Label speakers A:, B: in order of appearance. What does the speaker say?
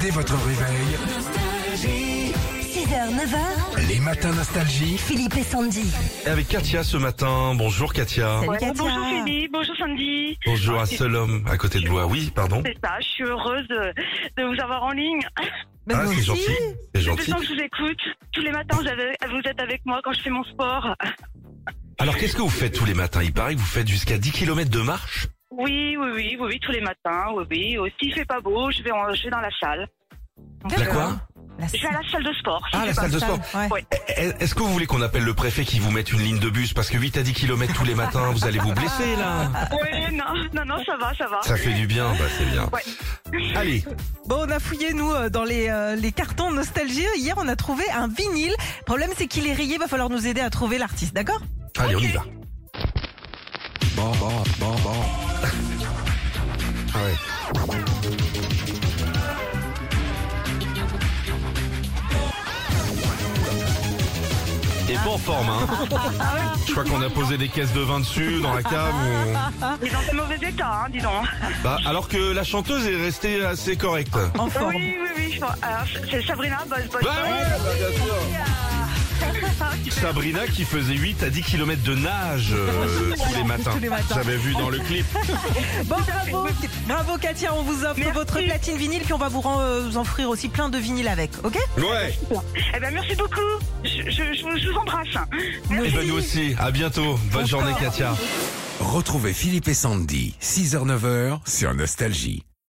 A: Dès votre réveil,
B: 6h, 9h,
A: les matins nostalgie.
B: Philippe et Sandy.
C: Et Avec Katia ce matin. Bonjour Katia.
B: Salut
D: Ouais,
B: Katia.
D: Bah, bonjour Philippe, bonjour Sandy.
C: Bonjour à seul homme à côté de vous. Ah oui, pardon.
D: C'est ça, Bah, je suis heureuse de, de vous avoir en ligne.
B: Mais
C: Ah,
B: moi
C: c'est
B: aussi.
C: gentil. C'est
D: Depuis le
C: gentil.
D: temps que je vous écoute, tous les matins vous, avez- vous êtes avec moi quand je fais mon sport.
C: Alors qu'est-ce que vous faites tous les matins Il paraît que vous faites jusqu'à 10 km de marche.
D: Oui, oui, oui, oui, oui, tous les matins, oui, oui. Aussi, il fait pas beau, je vais, en- je vais dans la salle. Donc,
C: La
D: euh,
C: quoi
B: La
D: Je vais à la salle de sport.
C: Ah, la salle de sport.
B: Ouais.
D: Ouais.
C: Est- Est-ce que vous voulez qu'on appelle le préfet qui vous mette une ligne de bus Parce que 8 à 10 km tous les matins, vous allez vous blesser là.
D: Oui, non, non, non, ça va, ça va.
C: Ça fait du bien, bah c'est bien. Allez,
E: Bon, on a fouillé, nous, euh, dans les, euh, les cartons nostalgie. Hier, on a trouvé un vinyle. Le problème, c'est qu'il est rayé. Va falloir nous aider à trouver l'artiste, d'accord
C: allez, on y va.
A: Bon, bon, bon, bon.
C: Ah ouais. Et pas en forme, hein Je crois qu'on a posé des caisses de vin dessus dans la cave. on-
D: Mais dans un mauvais état, hein, dis donc.
C: Bah, alors que la chanteuse est restée assez correcte.
E: En forme.
D: Oui, oui, oui. je pense- alors, c'est Sabrina, boss, boss,
C: Bah ouais, bah bien sûr. Sabrina qui faisait 8 à 10 km de nage euh, tous les matins.
E: Tous les matins.
C: J'avais vu dans le clip.
E: Bon, bravo. Bravo, Katia. On vous offre
D: Merci.
E: votre platine vinyle, puis on va vous, ren- euh, vous en offrir aussi plein de vinyles avec, ok
C: Ouais.
D: Eh ben, merci beaucoup. Je, je- je vous- je vous embrasse.
C: Et ben nous aussi. À bientôt. Bonne journée, Katia.
A: Retrouvez Philippe et Sandy, 6h, 9h sur Nostalgie.